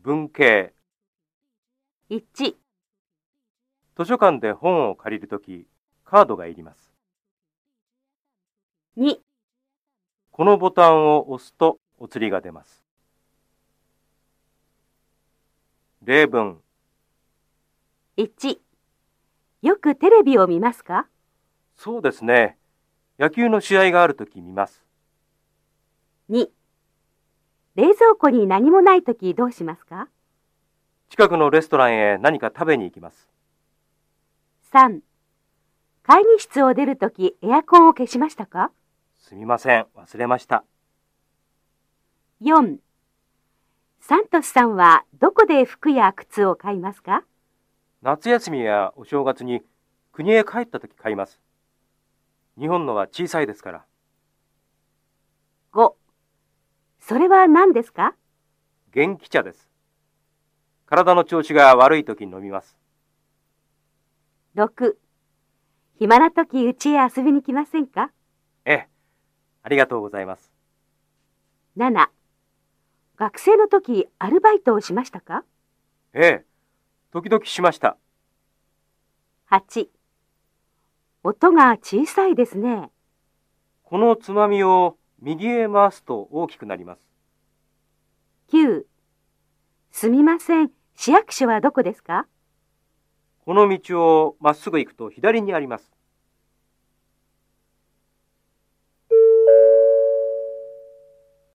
文系1、図書館で本を借りるときカードがいります2、このボタンを押すとお釣りが出ます例文1。よくテレビを見ますかそうですね野球の試合があるとき見ます2。冷蔵庫に何もないときどうしますか近くのレストランへ何か食べに行きます3。会議室を出るときエアコンを消しましたかすみません忘れました4。サントスさんはどこで服や靴を買いますか夏休みやお正月に国へ帰ったとき買います日本のは小さいですから5。それは何ですか元気茶です体の調子が悪いときに飲みます6。暇なとき家へ遊びに来ませんかええありがとうございます7。学生のときアルバイトをしましたかええ時々しました8。音が小さいですね。このつまみを右へ回すと大きくなります9。すみません。市役所はどこですかこの道をまっすぐ行くと左にあります